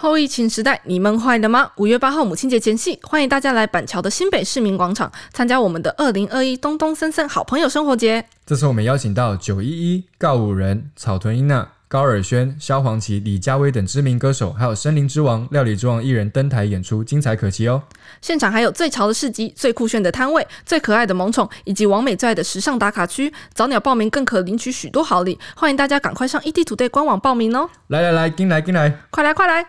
后疫情时代，你闷坏了吗？五月八号母亲节前夕，欢迎大家来板桥的新北市民广场参加我们的二零二一东东森森好朋友生活节。这次我们邀请到九一一、告五人、草屯英娜、高尔宣、萧煌奇、李佳薇等知名歌手，还有森林之王、料理之王艺人登台演出，精彩可期哦！现场还有最潮的市集、最酷炫的摊位、最可爱的萌宠，以及王美最爱的时尚打卡区。早鸟报名更可领取许多好礼，欢迎大家赶快上 ET 土队官网报名哦！来来来，进来进来，快来快来！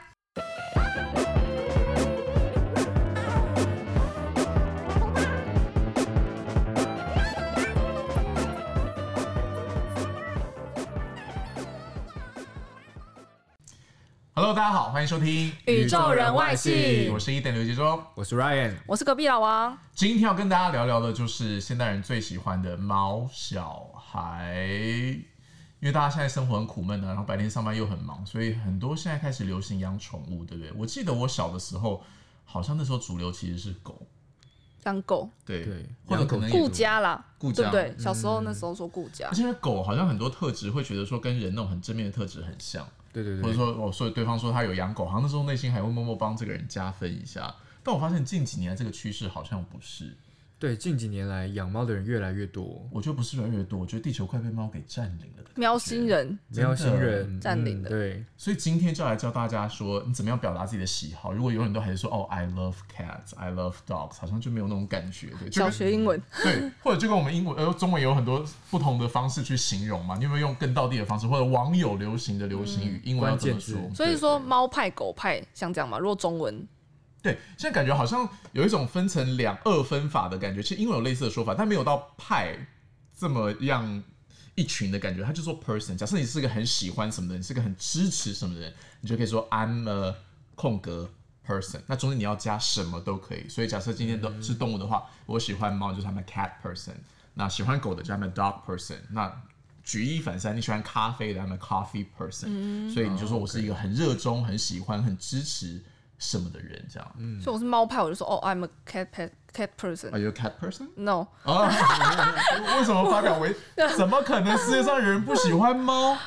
Hello，大家好，欢迎收听宇宙人外系我是一等刘杰忠。我是 Ryan。我是隔壁老王，今天要跟大家聊聊的就是现代人最喜欢的猫小孩，因为大家现在生活很苦闷啊，然后白天上班又很忙，所以很多现在开始流行养宠物，对不对？我记得我小的时候，好像那时候主流其实是狗，养狗对对或者可能养也狗顾家啦，顾对家嗯不对？小时候那时候说顾家而，且因为狗好像很多特质会觉得说跟人那种很正面的特质很像，对对或者对，说哦，所以对方说他有养狗，好像那时候内心还会默默帮这个人加分一下。但我发现近几年这个趋势好像不是，对近几年来养猫的人越来越多，我觉得不是越来越多，我觉得地球快被猫给占领了的感觉喵星。人没有新人占领嗯的对，所以今天就来教大家说，你怎么样表达自己的喜好。如果永远都还是说哦，I love cats, I love dogs，好像就没有那种感觉，对，就小跟学英文，对，或者就跟我们英文呃中文有很多不同的方式去形容嘛。你有没有用更道地的方式，或者网友流行的流行语，英文要怎么说关键？字嗯所以说猫派狗派像这样嘛。如果中文对，现在感觉好像有一种分成两二分法的感觉，其实英文有类似的说法，但没有到派这么样一群的感觉。他就说 person，假设你是个很喜欢什么的人，你是个很支持什么的人，你就可以说 I'm a 空格 person。那中间你要加什么都可以。所以假设今天都是动物的话，我喜欢猫就是他们 cat person，那喜欢狗的就他们 dog person，那。举一反三，你喜欢咖啡的，他们 coffee person，、所嗯以你就说我是一个很热衷、很喜欢、很支持什么的人，这样。所以我是猫派，我就说哦，I'm a cat pet cat person。 Are you a cat person？ No，啊，为什么发表为？怎么可能世界上有人不喜欢猫？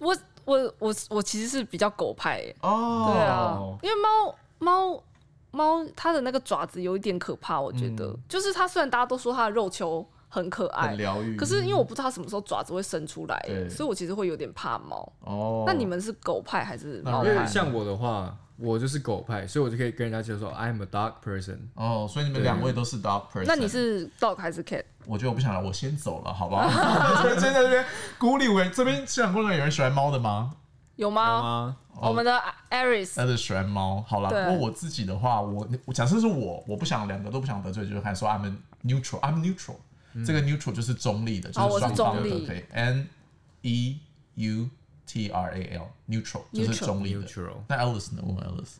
我我我我其实是比较狗派耶，哦，对啊，因为猫猫猫它的那个爪子有一点可怕，我觉得、就是它虽然大家都说它的肉球很可爱很，疗愈。啊哎可是因为我不知道它什么时候爪子会伸出来耶，对所以我其实会有点怕猫。哦，那你们是狗派还是那猫因派为？像我的话，我就是狗派，所以我就可以跟人家就说 I'm a dog person。哦，所以你们两位都是 dog person。那你？是 dog 还是 cat？我觉得我不想了，我先走了，好不好？ 我们先在这边孤立无援。这边市场工作人员有人喜欢猫的吗？有吗？啊，我们的 Aris 那就喜欢猫。好了，对不过我自己的话，我我假设是我，我不想两个都不想得罪，就是还说 I'm a neutral，I'm neutral。这个 neutral 就是中立的，就哦我是双方的中都立可以。N E U T R A L neutral 就是 Neutral 中立的。 neutral。那 Alice 呢？我们 Alice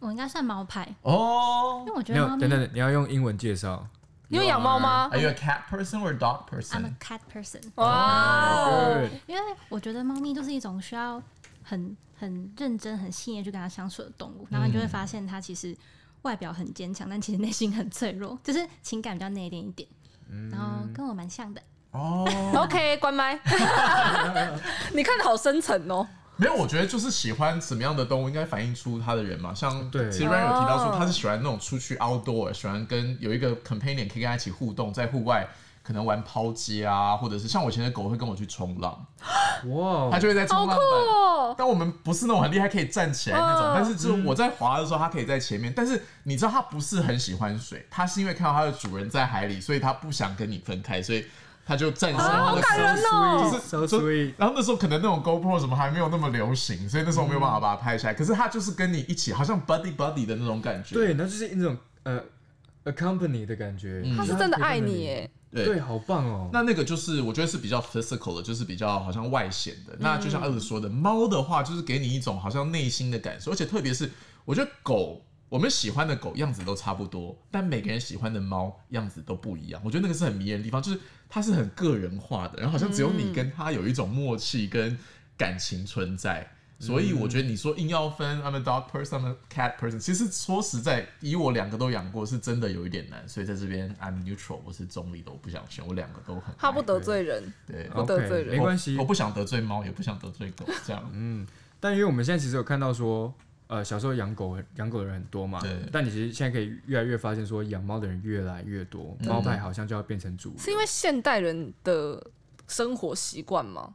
我应该算猫派，哦因为我觉没得有猫，咪等等，等你要用英文介绍。你有养猫吗？ ，Are you a cat person or a dog ，I'm person？ a cat person，哇哦， Good 因为我觉得猫咪就是一种需要很很认真、很细腻地去跟它相处的动嗯物，然后你就会发现它其实外表很坚强，但其实内心很脆弱，就是情感比较内敛一点，然后跟我蛮像的。哦， OK，关 麦。你看的好深沉哦。没有，我觉得就是喜欢什么样的动物，应该反映出他的人嘛。像对其实 Ryan 有提到哦说，他是喜欢那种出去 outdoor，喜欢跟有一个 companion 可以跟他一起互动，在户外可能玩抛接啊，或者是像我以前的狗会跟我去冲浪，它哇，就会在冲浪板。哦，但我们不是那种很厉害可以站起来那种，嗯但是就是我在滑的时候，它可以在前面。但是你知道它不是很喜欢水，它是因为看到它的主人在海里，所以它不想跟你分开，所以它就站起来。它的手人哦就是 so 就 sweet。然后那时候可能那种 GoPro 什么还没有那么流行，所以那时候没有办法把它拍下来。可是它就是跟你一起，好像 buddy buddy 的那种感觉。对，那就是那种呃 accompany 的感觉，嗯他嗯是真的爱你耶，对，对。好棒哦。那那个就是我觉得是比较 physical 的，就是比较好像外显的。那就像二子说的，猫的话就是给你一种好像内心的感受，而且特别是我觉得狗，我们喜欢的狗样子都差不多，但每个人喜欢的猫样子都不一样。我觉得那个是很迷人的地方，就是它是很个人化的，然后好像只有你跟它有一种默契跟感情存在。所以我觉得你说硬要分 I'm a dog person, I'm a cat person，其实说实在，以我两个都养过，是真的有一点难。所以在这边 I'm neutral，我是中立的，我不想选，我两个都很爱。他不得罪人。对，不得罪人 OK，没关系嗯我，不想得罪猫，也不想得罪狗，这样。但因为我们现在其实有看到说，呃，小时候养狗养狗的人很多嘛，对但你其实现在可以越来越发现说，养猫的人越来越多，嗯猫派好像就要变成主流。是因为现代人的生活习惯吗？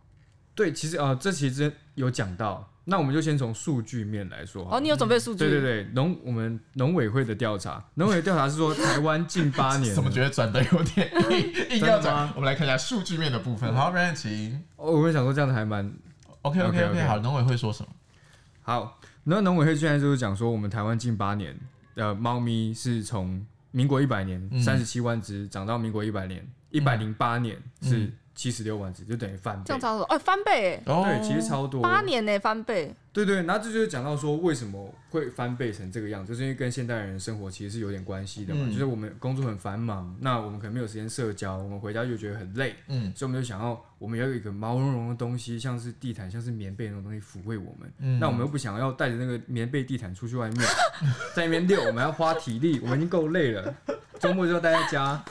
对，其实啊、呃这其实有讲到，那我们就先从数据面来说好了。哦，你有准备数据？对对对，农我们农委会的调查，农委会调查是 说台湾近八年，怎么觉得转的有点硬硬要真的吗嗯转？我们来看一下数据面的部分。好，不然请哦，我们想说这样子还蛮 OK OK OK，OK OK，好，农委会说什么？好。然后农委会现在就是讲说，我们台湾近八年呃，猫咪是从民国一百年嗯三十七万只涨到民国一百年一百零八年嗯是七十六万只，就等于翻这倍样。差不多。哎，翻倍哎，哦对，其实超多。八年呢，翻倍。对对，然后这就是讲到说为什么会翻倍成这个样子，就是因为跟现代人生活其实是有点关系的嘛。嗯就是我们工作很繁忙，那我们可能没有时间社交，我们回家就觉得很累，嗯所以我们就想要我们要有一个毛茸茸的东西，像是地毯、像是棉被那种东西抚慰我们。嗯那我们又不想要带着那个棉被、地毯出去外面， 在那边遛，我们要花体力，我们已经够累了，周末就要待在家。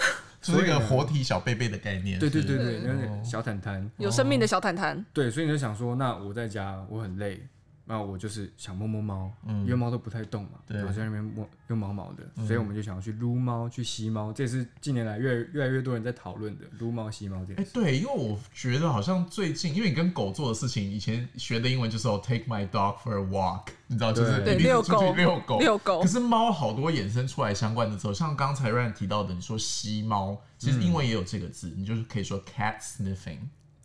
就是一个所以呢活体小贝贝的概念。对对是对对，那哦个小毯毯。有生命的小坦坦，对，所以你就想说，那我在家我很累，那我就是想摸摸猫，嗯因为猫都不太动嘛，对嗯然后在那边摸又毛毛的，所以我们就想要去撸猫、去吸猫，这也是近年来越越来越多人在讨论的撸猫、吸猫这哎、件事。对，因为我觉得好像最近，因为你跟狗做的事情，以前学的英文就是哦，take my dog for a walk，你知道，就是对一定遛是出去狗遛狗，遛狗 可是猫好多衍生出来相关的之后，像刚才 Ryan 提到的，你说吸猫，其实英文也有这个字，你就是可以说 cat sniffing。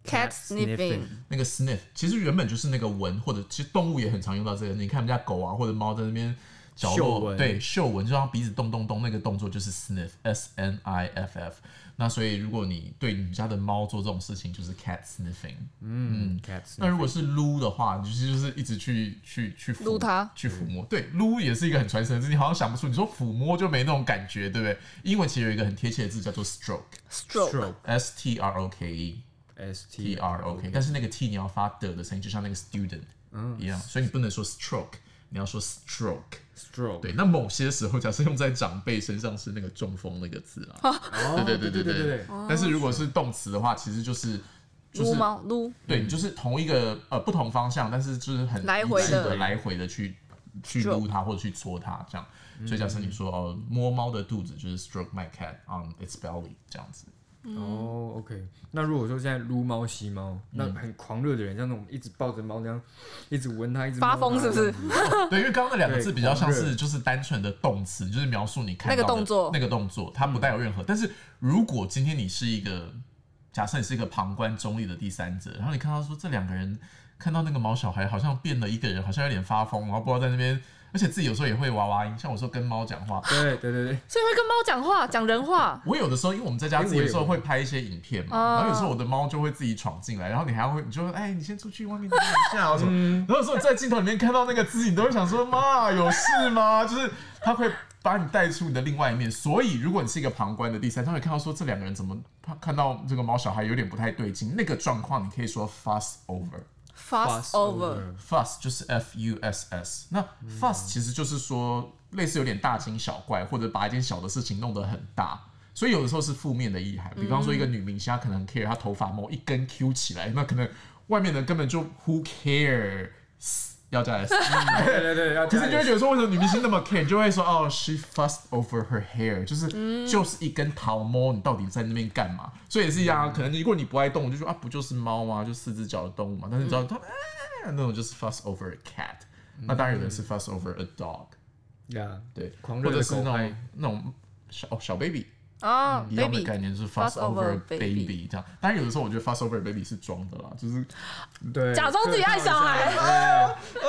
cat sniffing，嗯那个 sniff，其实原本就是那个闻，或者其实动物也很常用到这个。你看我们家狗啊，或者猫在那边角嗅落，闻对，嗅闻，就让鼻子动动动，那个动作就是 sniff，s n i f f。那所以如果你对你们家的猫做这种事情，就是 cat sniffing。嗯，cats，那如果是撸的话，你就是就是一直去去去抚撸它去抚摸。对，撸也是一个很传神的字，你好像想不出，你说抚摸就没那种感觉，对不对？英文其实有一个很贴切的字叫做 stroke，s stroke， t r o k e。 S T T R 嗯 O K，但是那个 T 你要发的的声音，就像那个 student 一样，所以你不能说 stroke，你要说 stroke。 stroke，对，那某些时候，假设用在长辈身上是那个中风那个字啊，哦， 对对对对对对，但是如果是动词的话，其实就是就撸是猫撸，对你就是同一个呃不同方向，但是就是很来一回致的地来回的去去 Stroke 撸它或者去搓它这样。所以假设你说哦摸猫的肚子就是 stroke my cat on its belly 这样子，哦，OK。那如果说现在撸猫、吸猫，那很狂热的人，像那种一直抱着猫那样，一直闻它，一直发摸疯它是不是？？ 对，因为刚刚那两个字对比较像狂热是就是单纯的动词，就是描述你看那个到的动作那个动作，它不带有任何。但是如果今天你是一个，假设你是一个旁观中立的第三者，然后你看到说这两个人看到那个毛小孩好像变了一个人，好像有点发疯，然后不知道在那边，而且自己有时候也会娃娃音，像我说跟猫讲话。对对对对，所以会跟猫讲话，讲人话。我有的时候，因为哎我们在家自己有时候会拍一些影片嘛，哦然后有时候我的猫就会自己闯进来，然后你还会你就会哎，你先出去外面等一下啊什么，然后有时候你在镜头里面看到那个字，你都会想说妈有事吗？就是它会把你带出你的另外一面，所以如果你是一个旁观的第三，他会看到说这两个人怎么看到这个猫小孩有点不太对劲，那个状况你可以说 fuss over。 fast over， fuss 就是 f u s s，那 fuss 其实就是说类似有点大惊小怪，或者把一件小的事情弄得很大。所以有的时候是负面的意涵，比方说一个女明星，她可能很 care 她头发某一根 Q 起来，那可能外面的人根本就 who cares，要加 s，对对对，要可加是你就会觉得说为什么女明星那么 care，你就会说哦，she fussed over her hair，就是、就是一根桃毛，你到底在那边干嘛？所以也是一样啊，可能如果你不爱动物，就说啊不就是猫吗？就四只脚的动物嘛，但是你知道它、啊那种就是 fuss over a cat，、那当然有人是 fuss over a dog，呀，对，狂或热者的是狗那派种。那种小哦小 baby 啊嗯一样的，baby，概念，就是 fuss fuss over over baby baby 这样。当然有的时候我觉得 fuss over baby 是装的啦，就是对，假装自己爱小孩对，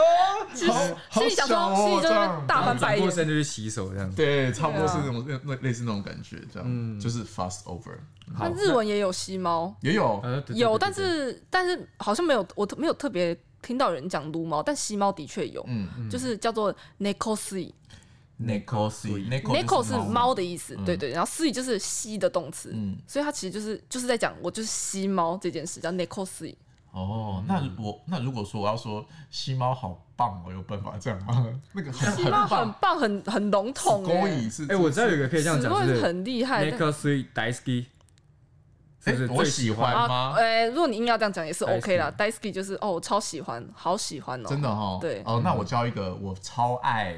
其实好心里想说，好小哦心里就这在样大翻白转过眼。身就去洗手这样。对，差不多对是啊那种那类似那种感觉，这样，嗯就是 fast over 那好，日文也有吸猫，也有，呃对对有，对对但对是但是好像没有，我没有特别听到有人讲撸猫，但吸猫的确有，嗯就是叫做 neko s i ，neko 是 neko 是猫，的意思，嗯对对，然后 s i 就是吸的动词，嗯，所以它其实就是就是在讲我就是吸猫这件事，叫 neko s i 哦，那我那如果说我要说吸猫好棒哦，有办法这样吗？ 那个很吸猫很棒，棒，很很笼统勾哎、引是，哎，我知道有一个可以这样词讲，汇就是很厉害。但 Nick Three Daisky，是不是哎，我最喜欢欢啊，吗？哎、如果你硬要这样讲也是 Daisuke OK 啦。Daisy 就是哦，我超喜欢，好喜欢哦，真的哈，对哦，那我教一个，我超爱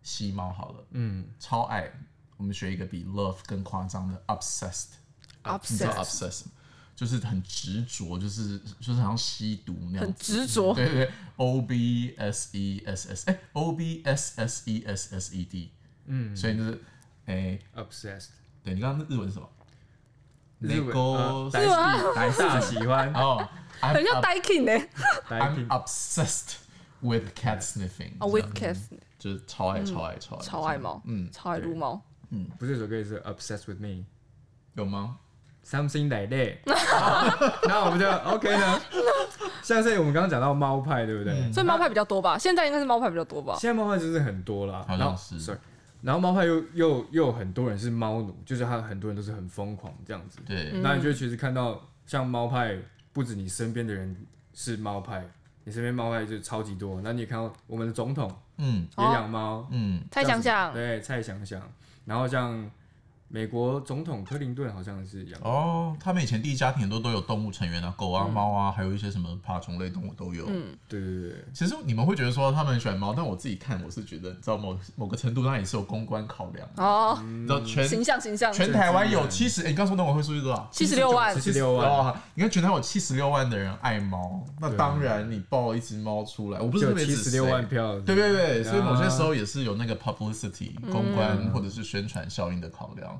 吸猫好了，嗯超爱。我们学一个比 love 更夸张的 obsessed。你知道 obsessed， obsess 吗？就是很执着，就是就是好像吸毒那样子，很执着对对对，O B S E S S 哎，O B S S E S S E D，嗯，所以就是哎、 ，obsessed，对你刚刚日文是什么？日文呃 Neko- 呆喜呆大喜欢哦，I'm 很像 ob- Daikin 欸呢、嗯呆 I'm 品 obsessed with cat sniffing，啊、w i t h cats 就是超爱超爱超爱超爱猫，嗯，超爱撸猫。不是有首歌也是 obsessed with me。有吗？ something like that，那我们就 OK 呢？像是我们刚刚讲到猫派，对不对？嗯所以猫派比较多吧？现在应该是猫派比较多吧？现在猫派就是很多啦，好像然后是 sorry，然后猫派又又又有很多人是猫奴，就是他很多人都是很疯狂这样子。对，那你就其实看到像猫派，不止你身边的人是猫派，你身边猫派就超级多。那你也看到我们的总统嗯也养猫，嗯，蔡想想，对，蔡想想，然后像美国总统克林顿好像是养，哦，他们以前第一家庭很多都有动物成员啊，狗嗯啊、猫啊，还有一些什么爬虫类动物都有。对对对对，其实你们会觉得说他们很喜欢猫，但我自己看，我是觉得，你知道某某个程度，它也是有公关考量的。哦，嗯你知道全形象形象，全台湾有政治七十，哎，你刚说那我会数据多少？ 76万76万啊哦你看全台湾有七十六万的人爱猫，那当然你抱一只猫出来，我不是就特有别七指十谁六万。票，对对对，啊嗯所以某些时候也是有那个 publicity 嗯公关或者是宣传效应的考量。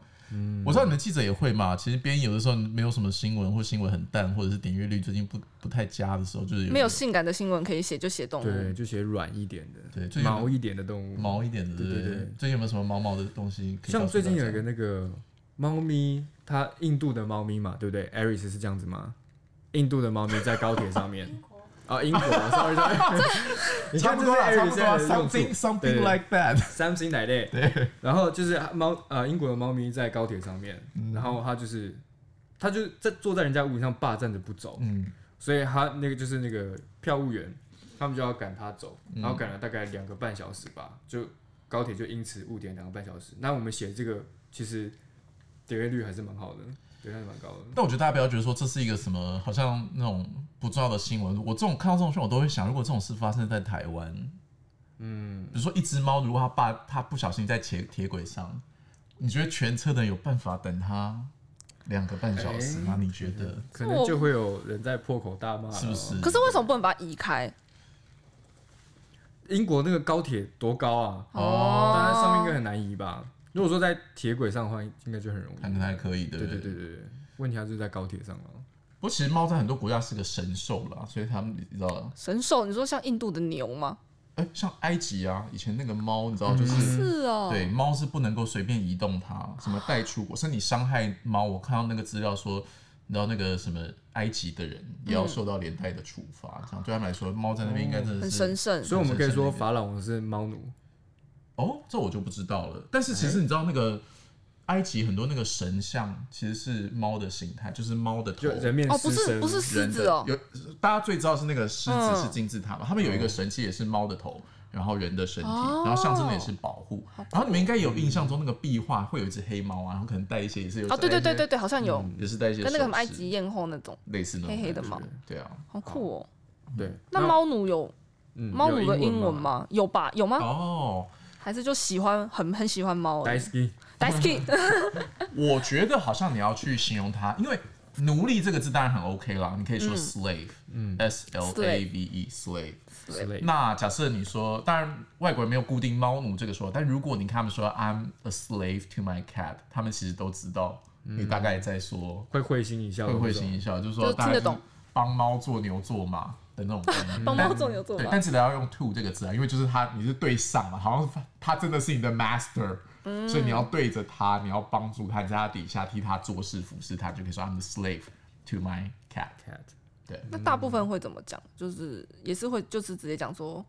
我知道你们记者也会嘛，其实编有的时候没有什么新闻或新闻很淡，或者是点阅率最近不不太佳的时候，就是有没有一个性感的新闻可以写就写动物。对，就写软一点的，对最有毛一点的动物。毛一点的，对对对对对最近有没有什么毛毛的东西可以告诉大家？像最近有一个那个猫咪，它印度的猫咪嘛，对不对？Aris 是这样子吗？印度的猫咪在高铁上面啊， 英国，sorry sorry，你 差看不这多是啦，差 Aris 不多啦啊现在的用处，something 对 something 对对 like that。 something like that。对，然后就是猫呃，英国的猫咪在高铁上面，嗯然后它就是它就在坐在人家屋顶上霸占着不走，嗯，所以他那个就是那个票务员，他们就要赶他走，嗯然后赶了大概两个半小时吧，就高铁就因此误点两个半小时。那我们写这个其实点阅率还是蛮好的，点阅率还是蛮高的。但我觉得大家不要觉得说这是一个什么，好像那种不重要的新闻。我这种看到这种新闻，我都会想，如果这种事发生在台湾，嗯，比如说一只猫，如果它爸它不小心在铁铁轨上，你觉得全车的人有办法等它两个半小时吗？你觉得可能就会有人在破口大骂啊了，是不是？可是为什么不能把它移开？英国那个高铁多高啊？哦，当然上面应该很难移吧。如果说在铁轨上的话，应该就很容易。看看还可以，对不对对对对对，问题还是在高铁上啊了。不过其实猫在很多国家是个神兽啦，所以他们你知道，神兽，你说像印度的牛吗？哎、像埃及啊，以前那个猫，嗯你知道就是。是哦，对，猫是不能够随便移动它，什么带出国，甚至你伤害猫，我看到那个资料说，你知道那个什么埃及的人嗯也要受到连带的处罚，这样对他们来说，猫在那哦边应该真的很是神圣。所以我们可以说法老王是猫奴，哦，这我就不知道了。但是其哎实你知道那个埃及很多那个神像其实是猫的形态，就是猫的头就。人面哦，不狮是身不是狮人子的哦，有大家最知道是那个狮子嗯是金字塔嘛，他们有一个神器也是猫的头，然后人的身体，哦然后象征的也是保护。然后你们应该有印象中那个壁画会有一只黑猫啊，然后可能带一些也是有嗯哦，对对对带一些对对，好像有，也是带一些跟那个什么首埃饰及艳后那种，类似那种黑黑的感觉猫，嗯对啊。好酷哦。对。那猫奴有嗯猫有奴的英文吗？吗？有吧？有吗？哦，还是就喜欢很很喜欢猫 d i s k ？Daisy， 我觉得好像你要去形容它，因为奴隶这个字当然很 OK 啦，你可以说 slave，嗯，S L A V E slave。 i 之类的。那假设你说，当然外国人没有固定猫奴这个说法，但如果你看他们说 I'm a slave to my cat，他们其实都知道你大概在说会会心一笑，会会心一笑，就是就说是听大得概懂就是帮猫做牛做马 的那种观念。帮 猫做牛做对，马但。记得要用 to 这个字啊，因为就是他，你是对上嘛，好像是他真的是你的 master，、所嗯以你要对着他，你要帮助他，你在他底下替他做事、服侍他，你就可以说 I'm the slave to my cat。 cat，那大部分会怎么讲？就是也是会，就是直接讲说，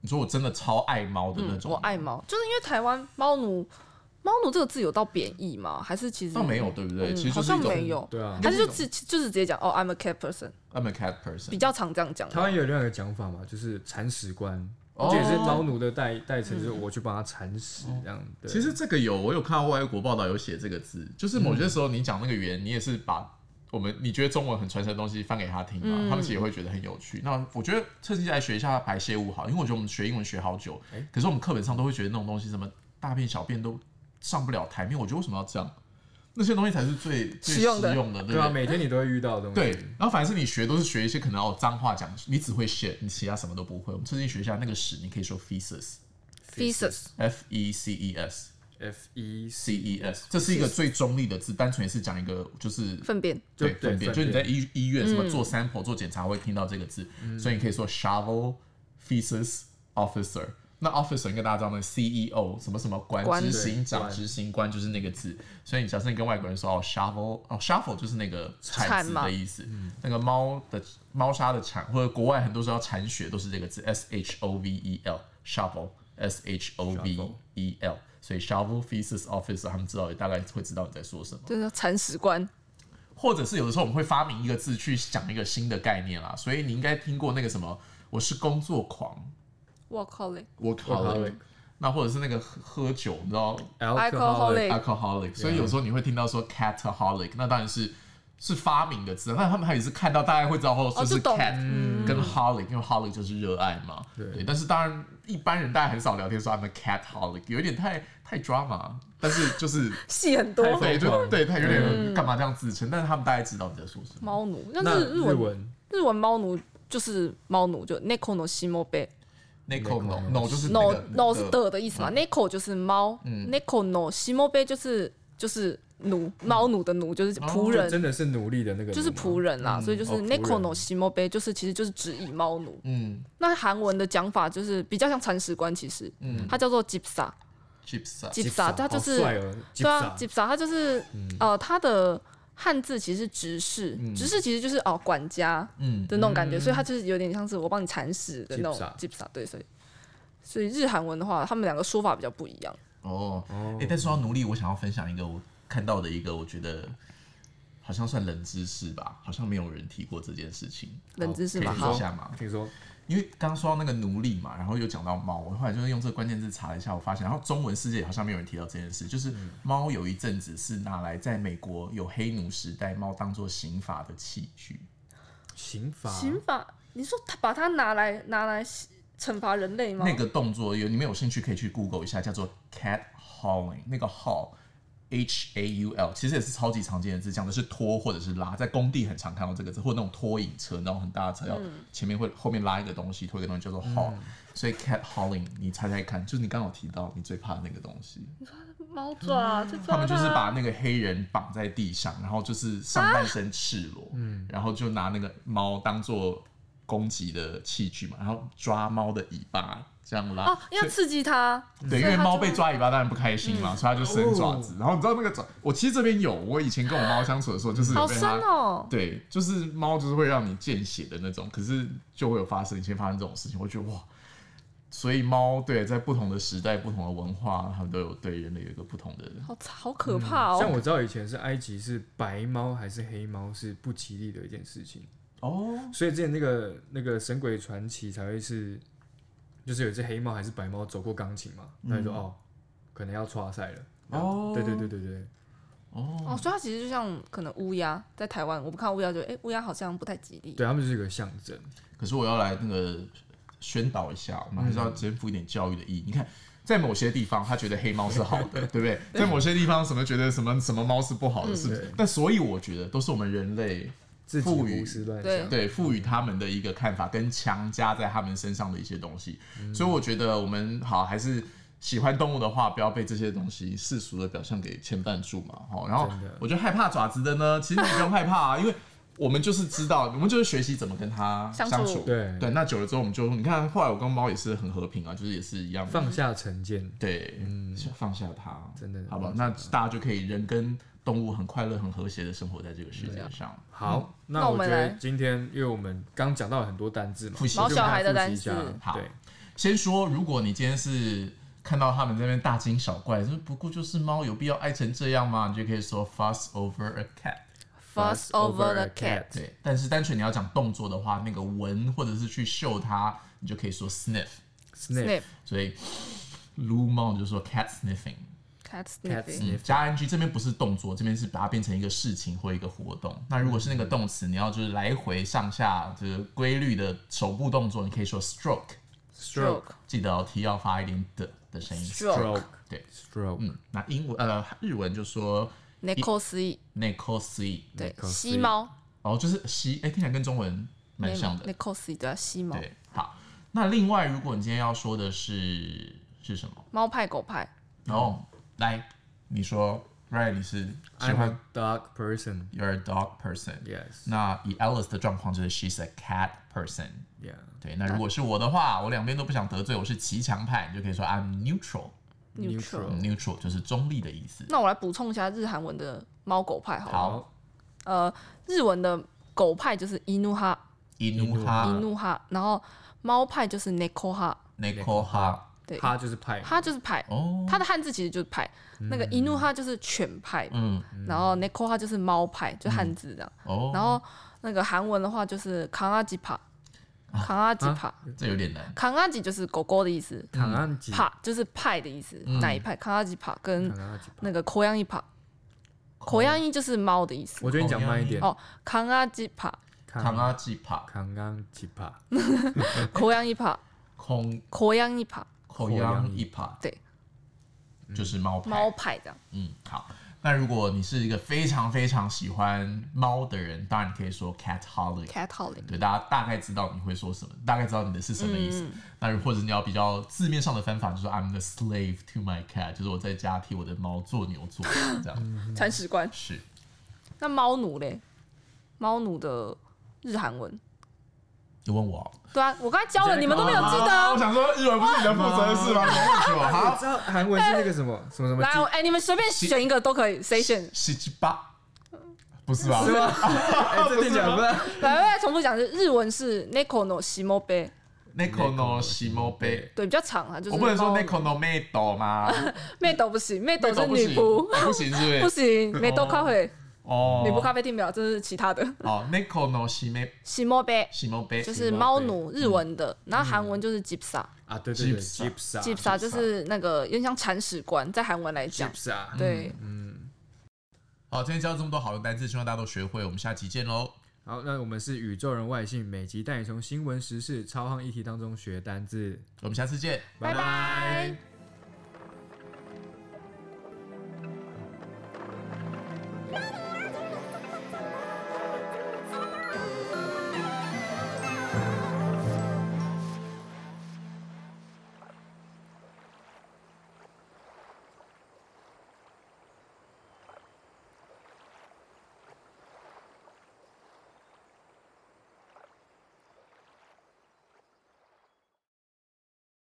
你说我真的超爱猫的那嗯，种，我爱猫，就是因为台湾猫奴，猫奴这个字有到贬义吗？还是其实倒没有，对不对？嗯其实好就是像一种没有，对啊，还是就就是直就是直接讲哦，I'm a cat person， I'm a cat 比 person。较常这样讲。台湾也有另外一个讲法嘛，就是铲屎官，哦这也是猫奴的代代称，嗯就是我去帮他铲屎这样。对其实这个有，我有看到外国报道有写这个字，就是某嗯些时候你讲那个语言，你也是把我们你觉得中文很传神的东西翻给他听嘛，嗯他们其实也会觉得很有趣。那我觉得趁机来学一下排泄物好，因为我觉得我们学英文学好久，哎可是我们课本上都会觉得那种东西什么大便小便都上不了台面，我觉得为什么要这样？那些东西才是最最实实用用的的，对对啊，不对？每天你都会遇到的东对西。，然后反正你学都是学一些可能哦脏话讲，你只会 shit，你其他什么都不会。我们趁机学一下那个屎，你可以说 feces，f Thesis， e c e s。 F E C， C E S，这是一个最中立的字，单纯也是讲一个就是粪便就对对分分辨辨，嗯就是你在医医院什么做 sample 做检查会听到这个字，所以你可以说 shovel feces officer。那 officer 应该大家知道吗？CEO 什么什么官官，执行长、官执行官就是那个字。所以你假设你跟外国人说哦 shovel 哦 shovel 就是那个铲铲子嘛的意思，嗯那个猫的猫砂的铲，或者国外很多时候要铲雪都是这个字 S H O V E L shovel S H O V E L。所以 shovel feces officer 他们知道大概会知道你在说什么。就是铲屎官，或者是有的时候我们会发明一个字去讲一个新的概念啦，所以你应该听过那个什么，我是工作狂我靠嘞，E，workaholic，那或者是那个喝喝酒，你知道 Alcoholic alcoholic，啊 alcoholic，所以有时候你会听到说 cataholic，那当然是是发明的字，那他们还也是看到大家会知道哦说哦就是懂嗯 cat 跟 holic，因为 holic 就是热爱嘛，对对，但是当然一般人大家很少聊天说啊 I'm a cataholic，有一点太太 drama，但是就是 戏很多。对就对，他有点嗯干嘛这样自称，但是他们大概知道你在说什么。猫奴，那那日日日文文日文猫奴就是猫奴，就 neko no shimo be。 Nico no Neko no 就是 no 那个 no 是的的意思嘛、n e k o 就是猫、嗯 n e k o no shimo b 就是就是奴猫奴的奴，就是哦仆就人，真的是努力的那个奴吗，就是仆人啦，所以就是哦仆 n e 人 k o no shimo b 就是其实就是指以猫奴。嗯那韩文的讲法就是比较像铲屎官，其实、嗯它叫做 gypsa chips 啊 gypsa，它就好是、帅哦，对啊 Gypsy ，gypsa 它就是、嗯呃它的汉字其实是执事，执事其实就是哦管家，嗯的那种感觉，所以它就是有点像是我帮你铲屎的那种 Gypsa gypsa，对，所以所以日韩文的话，他们两个说法比较不一样。哦哎，但说到奴隶，我想要分享一个我看到的一个我觉得好像算冷知识吧，好像没有人提过这件事情，冷知识可嘛，以说一好，下吗？听说因为刚刚说到那个奴隶嘛，然后又讲到猫，我后来就是用这个关键字查了一下，我发现，然后中文世界好像没有人提到这件事，就是猫有一阵子是拿来在美国有黑奴时代，猫当做刑法的器具。刑法刑法，你说他把它拿来拿来惩罚人类吗？那个动作有你们有兴趣可以去 Google 一下，叫做 cat hauling，那个 haul。H A U L 其实也是超级常见的字，讲的是拖或者是拉，在工地很常看到这个字，或者那种拖引车，那种很大的车要嗯前面会后面拉一个东西，拖一个东西叫做 haul，、所以 cat hauling 你猜猜看，就是你刚刚有提到你最怕的那个东西，猫嗯爪就抓啊他们就是把那个黑人绑在地上，然后就是上啊半身赤裸，嗯，然后就拿那个猫当做攻击的器具嘛，然后抓猫的尾巴这样拉，哦，要所以刺激它，啊对，因所以为它猫就嗯被抓尾巴当然不开心嘛，所以它就伸爪子。然后你知道那个爪，我其实这边有，我以前跟我猫相处的时候，就是有好被深它，哦。对，就是猫就是会让你见血的那种，可是就会有发生以前发生这种事情，我觉得哇，所以猫对在不同的时代、不同的文化，它们都有对人类有一个不同的。好惨好可怕嗯哦！像我知道以前是埃及是白猫还是黑猫是不吉利的一件事情，哦，所以之前那个那个《神鬼传奇》才会是，就是有一只黑猫还是白猫走过钢琴嘛，那你说、哦，可能要抓赛了。嗯哦对对对对对，哦，所以它其实就像可能乌鸦，在台湾我们看乌鸦就哎，乌鸦好像不太吉利。对他们就是一个象征，可是我要来那个宣导一下，我们还是要肩负一点教育的意义。你看，在某些地方，他觉得黑猫是好的，对不 对？哎在某些地方，什么觉得什么什么猫是不好的，是不是对？但所以我觉得都是我们人类自己赋予胡思乱对想。对赋予他们的一个看法，跟强加在他们身上的一些东西。所以我觉得我们好还是。喜欢动物的话，不要被这些东西世俗的表象给牵绊住嘛。哦，然后真的我觉得害怕爪子的呢，其实你不用害怕啊，因为我们就是知道，我们就是学习怎么跟它相啊相处处。对对，那久了之后，我们就你看，后来我跟猫也是很和平啊，就是也是一样，放下成见，对，放下它，真的好吧？那大家就可以人跟动物很快乐、很和谐的生活在这个世啊界上。好，那那我我们觉来得今天，因为我们刚讲到了很多单字嘛，复习毛就小孩的我们来单复习一字下，好对，先说，如果你今天是看到他们在那边大惊小怪，就是不过就是猫，有必要爱成这样吗？你就可以说 fuss over a cat。 Fuss over the cat。对，但是单纯你要讲动作的话，那个闻或者是去嗅它，你就可以说 sniff。 Snip Sniff 所以 撸猫你就说 cat sniffing。 cat cat sniffing。嗯 sniff，加 ing 这边不是动作，这边是把它变成一个事情或一个活动。那如果是那个动词，你要就是来回上下就是规律的手部动作，你可以说 stroke， stroke 记得哦，t 要发一点的的声音。 stroke。对， stroke，嗯，那英文呃日文就说 Nicole 思义， n i c o s e 对， Nicole 吸猫，哦，就是吸，哎、听起来跟中文蛮像的。 Nicole 思义对啊，吸猫，对，好。那另外，如果你今天要说的是是什么？猫派狗派，然后来，你说 Ryan，你是喜 I'm 欢 a dog person。 you're a dog person。 Yes. 那以 Alice 的状况就是 she's a cat person。 Yeah. 对，那如果是我的话，我两边都不想得罪，我是骑墙派，你就可以说 I'm neutral。 Neutral 嗯 neutral 就是中立的意思。那我来补充一下日韩文的猫狗派好了，好，呃，日文的狗派就是伊努哈，伊努伊哈、努哈，然后猫派就是 Nicole 哈，内科哈，对，他就是派。哈就是派，哦，它的汉字其实就是派，那个伊努哈就是犬派，嗯，然后 Nicole 哈就是猫派，就汉字这样，哦，然后那个韩文的话就是扛阿吉帕，扛阿吉帕，这有点难。扛阿吉就是狗狗的意思，唐安吉。帕就是派的意思，哪一派？康拉吉帕跟唐安吉派。那个口羊一帕，口羊一就是猫的意思我。觉得你讲慢一点。啊哦康拉吉帕，嗯唐阿吉帕，唐安吉帕。口羊一帕，空口羊一帕，口央一帕，对，就是猫派。猫派这样。嗯，好。那如果你是一个非常非常喜欢猫的人，当然你可以说 cat holic。 cat howling，对，大家大概知道你会说什么，大概知道你的是什么意嗯思。那或者你要比较字面上的翻法，就是 I'm the slave to my cat，就是我在家替我的猫做牛做马这样。嗯铲屎官。是那猫奴嘞？猫奴的日韩文。你问我哦，对啊，我刚才教了，你们都没有记得我啊。想说日文不是你的负责的事吗？没问题哦。我好，知道韩文是那个什么什么什么来，我哎，你们随便选一个都可以，谁选？十七八，不是吧鸡？是吗？ 哎，这听起来不是。来，我再重复讲，是日文是 neko no shimobe， Neko no shimobe。对，比较长啊，就是我不能说猫 Neko no medo 吗？妹斗不行，妹斗那是种不女行，仆。不行是不是？ 不行，美豆咖啡、哦，女仆咖啡厅表，这是其他的。哦，Neko no shime 西莫杯 shimobe 嗯就是猫奴，日文的，然后韩文就是 gypsa，gypsa 啊，对对啊对 Gypsy ，Gypsy。就是那个有点像铲屎官，在韩文来讲， Gypsy。对。啊嗯。好，今天教了这么多好用单字，希望大家都学会。我们下期见喽。好，那我们是宇宙人外星，每集带你从新闻时事、超夯议题当中学单字。我们下次见。拜拜拜。